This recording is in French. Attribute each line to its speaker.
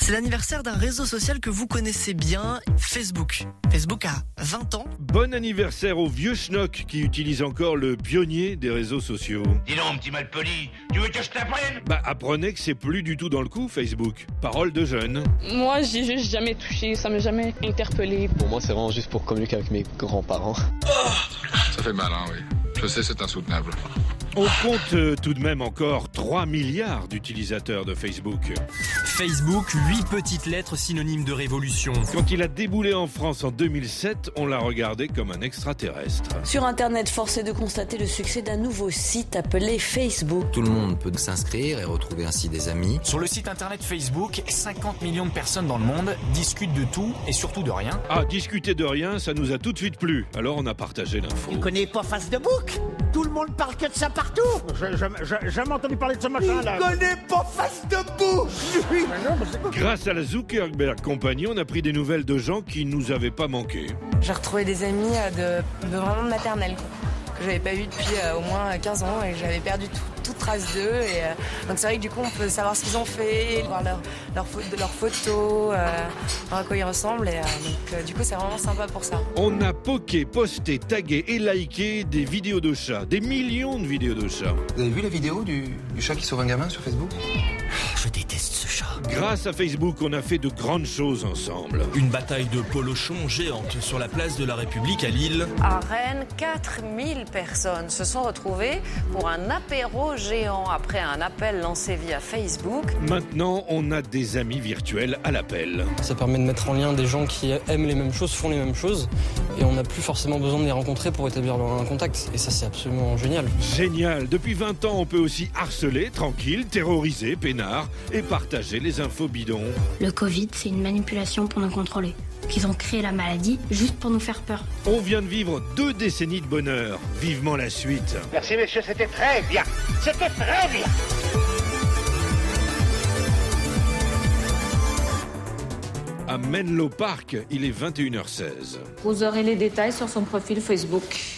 Speaker 1: C'est l'anniversaire d'un réseau social que vous connaissez bien, Facebook. Facebook a 20 ans.
Speaker 2: Bon anniversaire au vieux schnock qui utilise encore le pionnier des réseaux sociaux.
Speaker 3: Dis donc, petit malpoli, tu veux que je t'apprenne
Speaker 2: Bah apprenez que c'est plus du tout dans le coup Facebook. Parole de jeune.
Speaker 4: Moi, j'ai juste jamais touché, ça m'a jamais interpellé.
Speaker 5: Pour moi, c'est vraiment juste pour communiquer avec mes grands-parents.
Speaker 6: Ça fait mal, hein, oui. Je sais, c'est insoutenable.
Speaker 2: On compte euh, tout de même encore 3 milliards d'utilisateurs de Facebook.
Speaker 7: Facebook, huit petites lettres synonymes de révolution.
Speaker 2: Quand il a déboulé en France en 2007, on l'a regardé comme un extraterrestre.
Speaker 8: Sur Internet, force est de constater le succès d'un nouveau site appelé Facebook.
Speaker 9: Tout le monde peut s'inscrire et retrouver ainsi des amis.
Speaker 7: Sur le site internet Facebook, 50 millions de personnes dans le monde discutent de tout et surtout de rien.
Speaker 2: Ah, discuter de rien, ça nous a tout de suite plu. Alors on a partagé l'info.
Speaker 10: connais pas face de bouc Tout le monde parle que de ça partout
Speaker 11: J'ai jamais, j'ai jamais entendu parler de ce machin-là.
Speaker 10: connais pas face de bouc
Speaker 2: Grâce à la Zuckerberg Company, on a pris des nouvelles de gens qui nous avaient pas manqué.
Speaker 12: J'ai retrouvé des amis euh, de, de vraiment de maternelle quoi, que j'avais pas eu depuis euh, au moins 15 ans et j'avais perdu tout- toute trace d'eux. Et, euh, donc c'est vrai que du coup on peut savoir ce qu'ils ont fait, voir leurs leurs pho- leurs photos, euh, voir à quoi ils ressemblent. Et, euh, donc euh, du coup c'est vraiment sympa pour ça.
Speaker 2: On a poké, posté, tagué et liké des vidéos de chats. Des millions de vidéos de chats.
Speaker 9: Vous avez vu la vidéo du, du chat qui sauve un gamin sur Facebook
Speaker 10: Je déteste ce chat.
Speaker 2: Grâce à Facebook, on a fait de grandes choses ensemble.
Speaker 13: Une bataille de polochons géante sur la place de la République à Lille.
Speaker 14: À Rennes, 4000 personnes se sont retrouvées pour un apéro géant après un appel lancé via Facebook.
Speaker 2: Maintenant, on a des amis virtuels à l'appel.
Speaker 5: Ça permet de mettre en lien des gens qui aiment les mêmes choses, font les mêmes choses, et on n'a plus forcément besoin de les rencontrer pour établir un contact. Et ça, c'est absolument génial.
Speaker 2: Génial. Depuis 20 ans, on peut aussi harceler, tranquille, terroriser, peinard et partager les infos bidons.
Speaker 15: Le Covid, c'est une manipulation pour nous contrôler. Qu'ils ont créé la maladie juste pour nous faire peur.
Speaker 2: On vient de vivre deux décennies de bonheur. Vivement la suite.
Speaker 10: Merci messieurs, c'était très bien. C'était très bien.
Speaker 2: À Menlo Park, il est 21h16.
Speaker 16: Vous aurez les détails sur son profil Facebook.